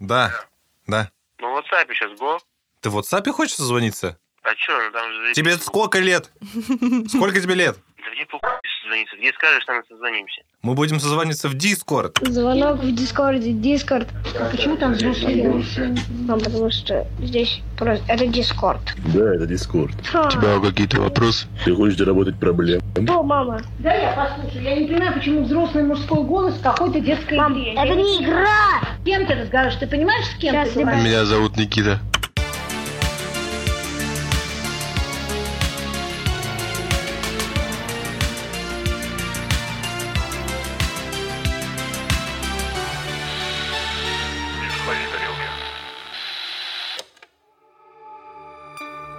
Да, да. Ну, в WhatsApp сейчас, го. Ты в WhatsApp хочешь созвониться? А чё, там же... Тебе заебись. сколько лет? Сколько тебе лет? Да где похуй созвониться? Где скажешь, там и созвонимся. Мы будем созваниваться в Discord. Звонок в Дискорде. Дискорд. А почему там звук появился? Ну, потому что здесь просто... Это Дискорд. Да, это Дискорд. Ха. какие-то вопросы? Ты хочешь заработать проблем? О, мама. Да, я послушаю. Я не понимаю, почему взрослый мужской голос в какой-то детской Мам, игре. это не игра! С кем ты разговариваешь? Ты понимаешь, с кем Сейчас ты я говоришь? Меня зовут Никита.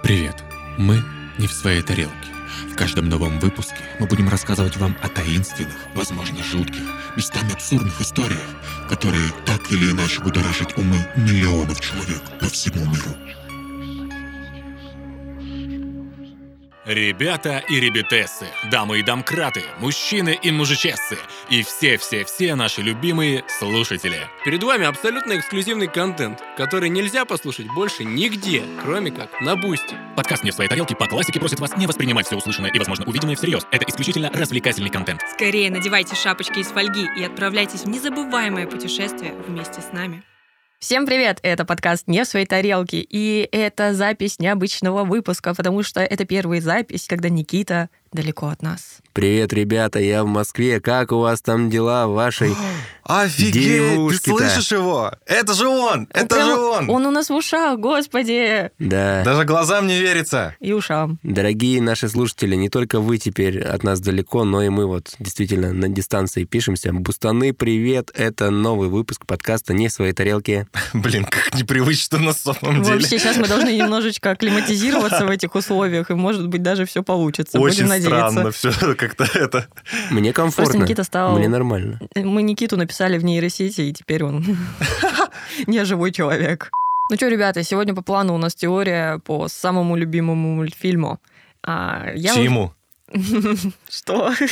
Привет! Мы не в своей тарелке. В каждом новом выпуске мы будем рассказывать вам о таинственных, возможно, жутких, местами абсурдных историях, которые так или иначе будоражат умы миллионов человек по всему миру. Ребята и ребятессы, дамы и домкраты, мужчины и мужичессы и все-все-все наши любимые слушатели. Перед вами абсолютно эксклюзивный контент, который нельзя послушать больше нигде, кроме как на Бусти. Подкаст «Не в своей тарелке» по классике просит вас не воспринимать все услышанное и, возможно, увиденное всерьез. Это исключительно развлекательный контент. Скорее надевайте шапочки из фольги и отправляйтесь в незабываемое путешествие вместе с нами. Всем привет! Это подкаст «Не в своей тарелке», и это запись необычного выпуска, потому что это первая запись, когда Никита далеко от нас. Привет, ребята, я в Москве. Как у вас там дела в вашей? Офигеть, ты Девушки-то. слышишь его? Это же он! Это Прям же он! Он у нас в ушах, господи! Да. Даже глазам не верится. И ушам. Дорогие наши слушатели, не только вы теперь от нас далеко, но и мы вот действительно на дистанции пишемся. Бустаны, привет! Это новый выпуск подкаста «Не в своей тарелке». Блин, как непривычно на самом деле. Вообще, сейчас мы должны немножечко акклиматизироваться в этих условиях, и, может быть, даже все получится. Очень Будем надеяться. странно все как-то это. Мне комфортно. Просто Никита стал- Мне нормально. Мы Никиту написали в нейросети, и теперь он не живой человек. Ну что, ребята, сегодня по плану у нас теория по самому любимому мультфильму. А, я вот- Чему? Что?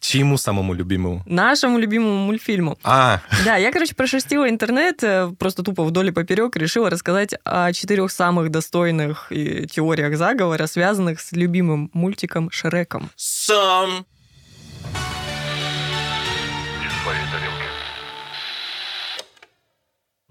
Чему самому любимому? Нашему любимому мультфильму. А, Да, я, короче, прошерстила интернет, э, просто тупо вдоль и поперек решила рассказать о четырех самых достойных э, теориях заговора, связанных с любимым мультиком Шреком. сам.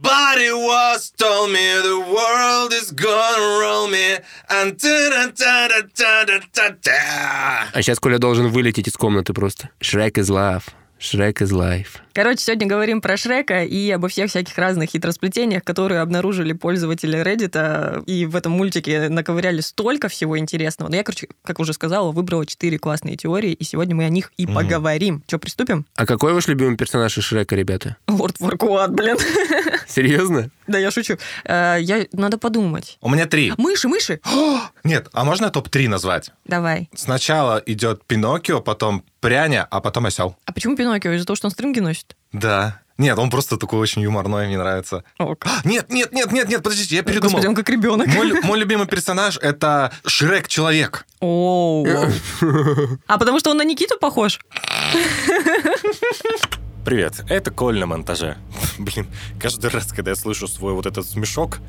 Body was told me the world is gonna roll me. And та-да-та-да-та-да-та-та. А сейчас Коля должен вылететь из комнаты просто. Шрек is love. Шрек is life. Короче, сегодня говорим про Шрека и обо всех всяких разных хитросплетениях, которые обнаружили пользователи Reddit. а, И в этом мультике наковыряли столько всего интересного. Но я, короче, как уже сказала, выбрала четыре классные теории, и сегодня мы о них и Мгм. поговорим. Че, приступим? А какой ваш любимый персонаж из Шрека, ребята? Лорд Варкуат, блин. Серьезно? Да, я шучу. Э, Я... Надо подумать. У меня три. Мыши, мыши! Нет, а можно топ-3 назвать? Давай. Сначала идет Пиноккио, потом пряня, а потом осел. А почему Пиноккио? Из-за того, что он стринги носит? Да. Нет, он просто такой очень юморной, мне нравится. О, как- А, Нет, нет, нет, нет, нет, подождите, я передумал. Господи, он как ребенок. Мой, лю- мой любимый персонаж это Шрек-человек. Оу. А потому что он на Никиту похож? Привет, это Коль на монтаже. Блин, каждый раз, когда я слышу свой вот этот смешок,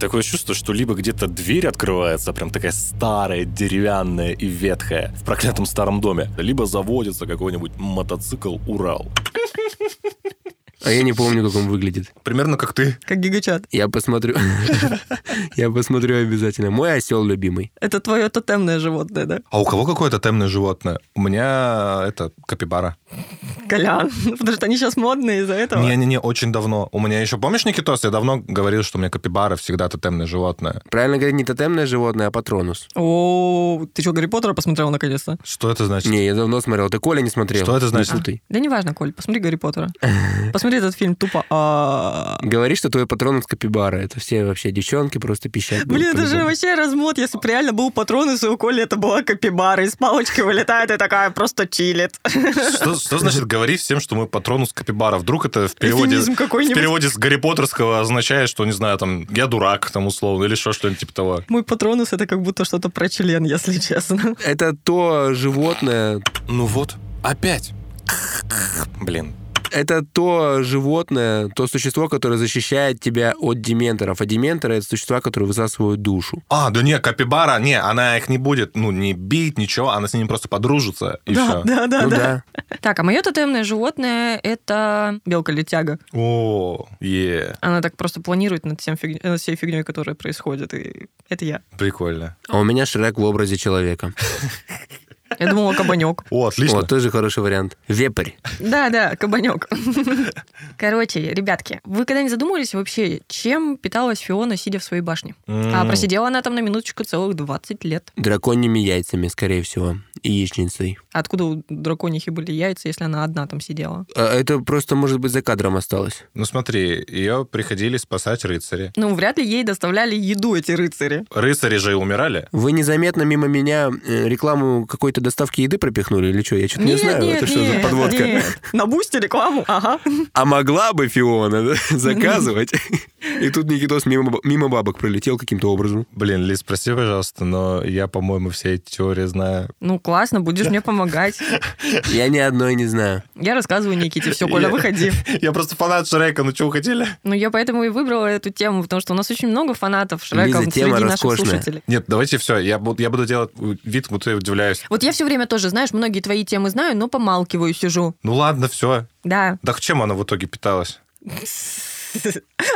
Такое чувство, что либо где-то дверь открывается, прям такая старая, деревянная и ветхая, в проклятом старом доме, либо заводится какой-нибудь мотоцикл «Урал». А я не помню, как он выглядит. примерно как ты. Как гигачат. Я посмотрю. Я посмотрю обязательно. Мой осел любимый. Это твое тотемное животное, да? А у кого какое-то темное животное? У меня это капибара. Колян. Потому что они сейчас модные из-за этого. Не-не-не, очень давно. У меня еще, помнишь, Никитос, я давно говорил, что у меня капибара всегда тотемное животное. Правильно говорить, не тотемное животное, а патронус. О, ты что, Гарри Поттера посмотрел наконец-то? Что это значит? Не, я давно смотрел. Ты Коля не смотрел. Что это значит? Не путай. Да неважно, Коль, посмотри Гарри Поттера. Посмотри этот фильм тупо. а. Говори, что твой патронус капибара. Это все вообще девчонки просто пищат. будут Блин, это же по-любому. вообще размот. Если бы реально был патрон, и у Коли это была капибара. Из палочки вылетает и такая просто чилит. Что, что значит говори всем, что мы патронус капибара? Вдруг это в переводе, Эфемизм в какой-нибудь. переводе с Гарри Поттерского означает, что, не знаю, там, я дурак, там, условно, или что, что-нибудь типа того. Мой патронус это как будто что-то про член, если честно. Это то животное... Ну вот, опять. Блин. это то животное, то существо, которое защищает тебя от дементоров. А дементоры — это существа, которые высасывают душу. А, да не, Капибара, не, она их не будет, ну, не бить, ничего, она с ними просто подружится, и да, все. да, да, Ну да. Так, а мое тотемное животное это белка-летяга. О, е, Она так просто планирует над, всем фиг- над всей фигней, которая происходит. И это я. прикольно. А у меня Шрек в образе человека. Я думала, кабанек. О, отлично. Вот, тоже хороший вариант. Вепрь. Да, да, кабанек. Короче, ребятки, вы когда-нибудь задумывались вообще, чем питалась Фиона, сидя в своей башне? М. А просидела она там на минуточку целых 20 лет. Драконьими яйцами, скорее всего. И яичницей. А Откуда у драконихи были яйца, если она одна там сидела? А Это просто, может быть, за кадром осталось. Ну смотри, ее приходили спасать рыцари. Ну, вряд ли ей доставляли еду эти рыцари. Рыцари же и умирали. Вы незаметно мимо меня э, рекламу какой-то доставки еды пропихнули или что? Я что-то не Нет, знаю, нет, это что за нет, подводка. нет. На бусте рекламу, ага. А могла бы Фиона да, заказывать. И тут Никитос мимо, мимо бабок пролетел каким-то образом. Блин, Лиз, прости, пожалуйста, но я, по-моему, все эти теории знаю. Ну, классно, будешь мне помогать. Я ни одной не знаю. Я рассказываю Никите, все, Коля, Я- выходи. Я просто фанат Шрека, ну чего хотели? Ну, я поэтому и выбрала эту тему, потому что у нас очень много фанатов Шрека Лиза, тема среди наших роскошная. слушателей. Нет, давайте все, я буду, я буду делать э, вид, будто я удивляюсь. Вот я все время тоже, знаешь, многие твои темы знаю, но помалкиваю, сижу. Ну ладно, все. Да. Да чем она в итоге питалась?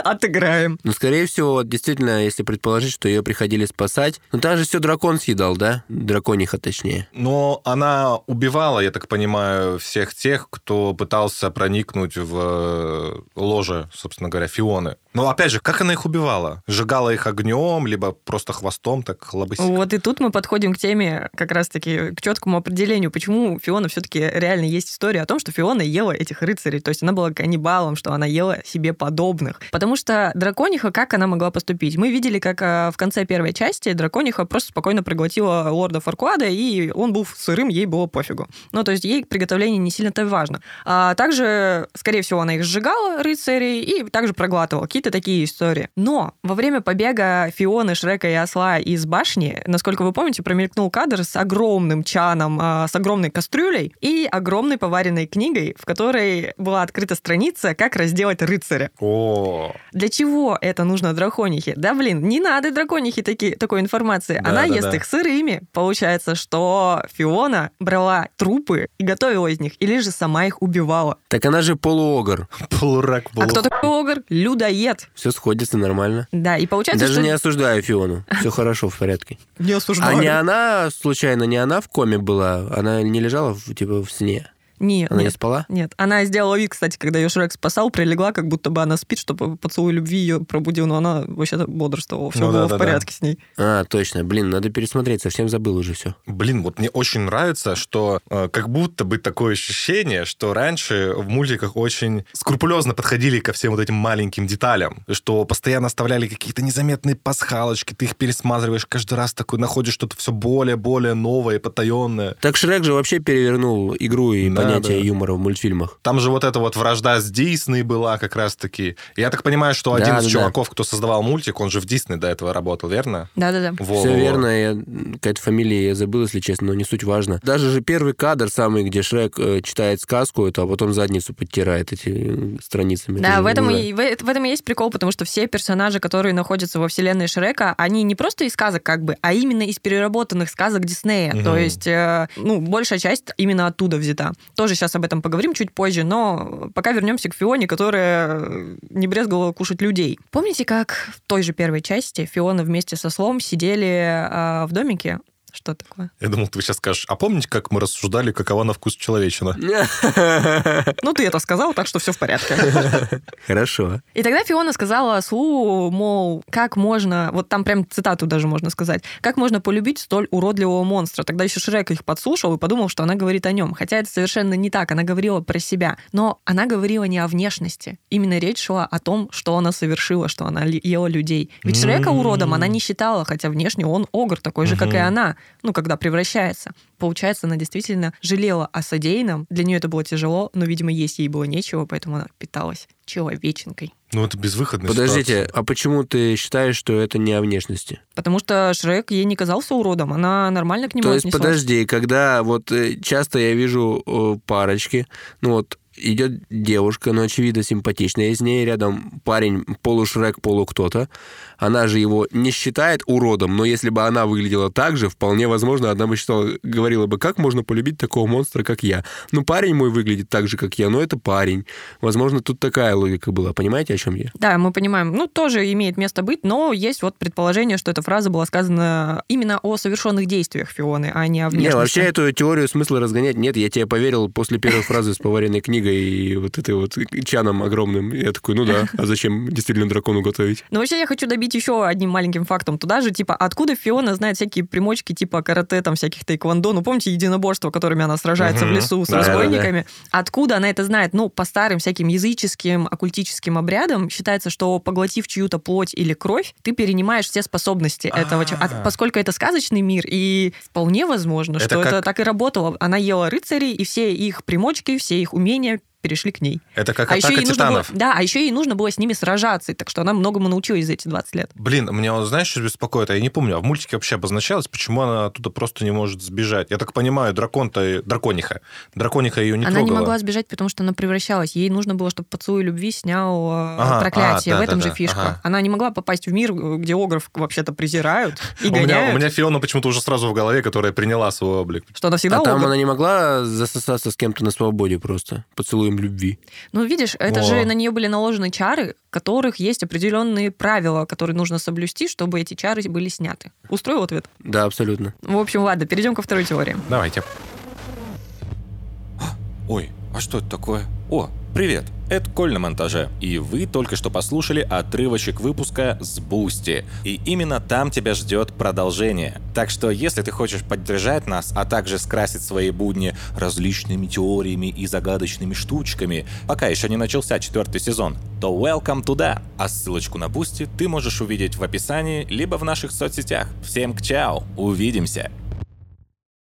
Отыграем. Ну, скорее всего, вот действительно, если предположить, что ее приходили спасать. Ну, там же все дракон съедал, да? Дракониха, точнее. Но она убивала, я так понимаю, всех тех, кто пытался проникнуть в э, ложе, собственно говоря, Фионы. Но опять же, как она их убивала? Сжигала их огнем, либо просто хвостом так хлобысь? Вот и тут мы подходим к теме, как раз-таки, к четкому определению, почему у Фиона все-таки реально есть история о том, что Фиона ела этих рыцарей, то есть она была каннибалом, что она ела себе подобных. Потому что дракониха, как она могла поступить? Мы видели, как а, в конце первой части дракониха просто спокойно проглотила лорда Фаркуада, и он был сырым, ей было пофигу. Ну, то есть ей приготовление не сильно-то важно. А также, скорее всего, она их сжигала, рыцарей, и также проглатывала. Какие-то такие истории. Но во время побега Фионы, Шрека и Осла из башни, насколько вы помните, промелькнул кадр с огромным чаном, а, с огромной кастрюлей и огромной поваренной книгой, в которой была открыта страница «Как разделать рыцаря». О, Для чего это нужно драконихе? Да, блин, не надо драконихе таки, такой информации. Да, Она да, ест да. их сырыми. Получается, что Фиона брала трупы и готовила из них, или же сама их убивала. Так она же полуогр. полурак, А кто такой огр? Людоед. Все сходится нормально. Да, и получается, Даже что... не осуждаю Фиону. Все хорошо, в порядке. Не А осуждаю. не она, случайно, не она в коме была? Она не лежала, в- типа, в сне? Нет, Она не нет, спала? нет. Она сделала вид, кстати, когда ее Шрек спасал, прилегла, как будто бы она спит, чтобы поцелуй любви ее пробудил, но она вообще-то бодрствовала, все Ну было да, да, да. в порядке с ней. А, точно. Блин, надо пересмотреть, совсем забыл уже все. Блин, вот мне очень нравится, что э, как будто бы такое ощущение, что раньше в мультиках очень скрупулезно подходили ко всем вот этим маленьким деталям, что постоянно оставляли какие-то незаметные пасхалочки, ты их пересматриваешь, каждый раз такой находишь что-то все более-более новое и потаенное. Так Шрек же вообще перевернул игру и Да, понятие да. юмора в мультфильмах. Там же вот эта вот вражда с Дисней была как раз-таки. Я так понимаю, что один Да, из да, чуваков, кто создавал мультик, он же в Дисней до этого работал, верно? Да-да-да. Во, во, Все во. верно, я, м, какая-то фамилия я забыл, если честно, но не суть важно. Даже же первый кадр самый, где Шрек э, читает сказку, это, а потом задницу подтирает эти э, страницами. Это Да, же в этом, ура. и, в, в этом и есть прикол, потому что все персонажи, которые находятся во вселенной Шрека, они не просто из сказок как бы, а именно из переработанных сказок Диснея. Мгм. То есть, э, ну, большая часть именно оттуда взята. Тоже сейчас об этом поговорим чуть позже, но пока вернемся к Фионе, которая э, не брезговала кушать людей. Помните, как в той же первой части Фиона вместе со Слом сидели э, в домике? Что такое? Я думал, ты сейчас скажешь, а помните, как мы рассуждали, какова на вкус человечина? Ну, ты это сказал, так что все в порядке. Хорошо. И тогда Фиона сказала Слу, мол, как можно, вот там прям цитату даже можно сказать, как можно полюбить столь уродливого монстра. Тогда еще Шрек их подслушал и подумал, что она говорит о нем. Хотя это совершенно не так, она говорила про себя. Но она говорила не о внешности. Именно речь шла о том, что она совершила, что она ли- ела людей. Ведь Шрека М. уродом она не считала, хотя внешне он огр такой же, как и Мгм. она, ну, когда превращается. Получается, она действительно жалела о содеянном. Для нее это было тяжело, но, видимо, есть ей было нечего, поэтому она питалась человеченкой. Ну, это безвыходная Подождите, ситуация. а почему ты считаешь, что это не о внешности? Потому что Шрек ей не казался уродом, она нормально к нему То есть, отнеслась. подожди, когда вот э, часто я вижу э, парочки, ну вот идет девушка, но очевидно симпатичная, с ней рядом парень полушрек, полу кто-то. Она же его не считает уродом, но если бы она выглядела так же, вполне возможно, она бы считала, говорила бы, как можно полюбить такого монстра, как я. Ну, парень мой выглядит так же, как я, но это парень. Возможно, тут такая логика была. Понимаете, о чем я? Да, мы понимаем. Ну, тоже имеет место быть, но есть вот предположение, что эта фраза была сказана именно о совершенных действиях Фионы, а не о Не, внешности. вообще эту теорию смысла разгонять нет. Я тебе поверил после первой фразы с поваренной книгой и вот этой вот чаном огромным. Я такой, ну да, а зачем действительно дракону готовить? Но вообще я хочу добить еще одним маленьким фактом туда же, типа, откуда Фиона знает всякие примочки типа карате, там всяких тайквондо, ну помните единоборство, которыми она сражается в Мгм. лесу с Да, да, да. разбойниками? Откуда она это знает? Ну, по старым всяким языческим, оккультическим обрядам считается, что поглотив чью-то плоть или кровь, ты перенимаешь все способности этого чё- А Поскольку это сказочный мир, и вполне возможно, Это что это как- так и работало. Она ела рыцарей, и все их примочки, все их умения перешли к ней. Это как А еще, атака ей нужно было, титанов. да, а еще ей нужно было с ними сражаться, так что она многому научилась за эти 20 лет. Блин, меня, вот знаешь, что беспокоит? Я не помню, а в мультике вообще обозначалось, почему она оттуда просто не может сбежать. Я так понимаю, дракон-то... Дракониха. Дракониха ее не она трогала. не могла сбежать, потому что она превращалась. Ей нужно было, чтобы поцелуй любви снял э, Ага, проклятие. а, в да, этом да, же да, фишка. ага. Она не могла попасть в мир, э, где огров вообще-то презирают и у, меня, гоняют. у меня Фиона почему-то уже сразу в голове, которая приняла свой облик. Что она всегда А там огр? она не могла засосаться с кем-то на свободе просто, поцелуем любви. Ну, видишь, это О. же на нее были наложены чары, которых есть определенные правила, которые нужно соблюсти, чтобы эти чары были сняты. Устроил ответ? Да, абсолютно. В общем, ладно, перейдем ко второй теории. Давайте. Ой, а что это такое? О, привет! Это Коль на монтаже. И вы только что послушали отрывочек выпуска с Бусти. И именно там тебя ждет продолжение. Так что, если ты хочешь поддержать нас, а также скрасить свои будни различными теориями и загадочными штучками, пока еще не начался четвертый сезон, то welcome туда! А ссылочку на Бусти ты можешь увидеть в описании, либо в наших соцсетях. Всем к чао! Увидимся!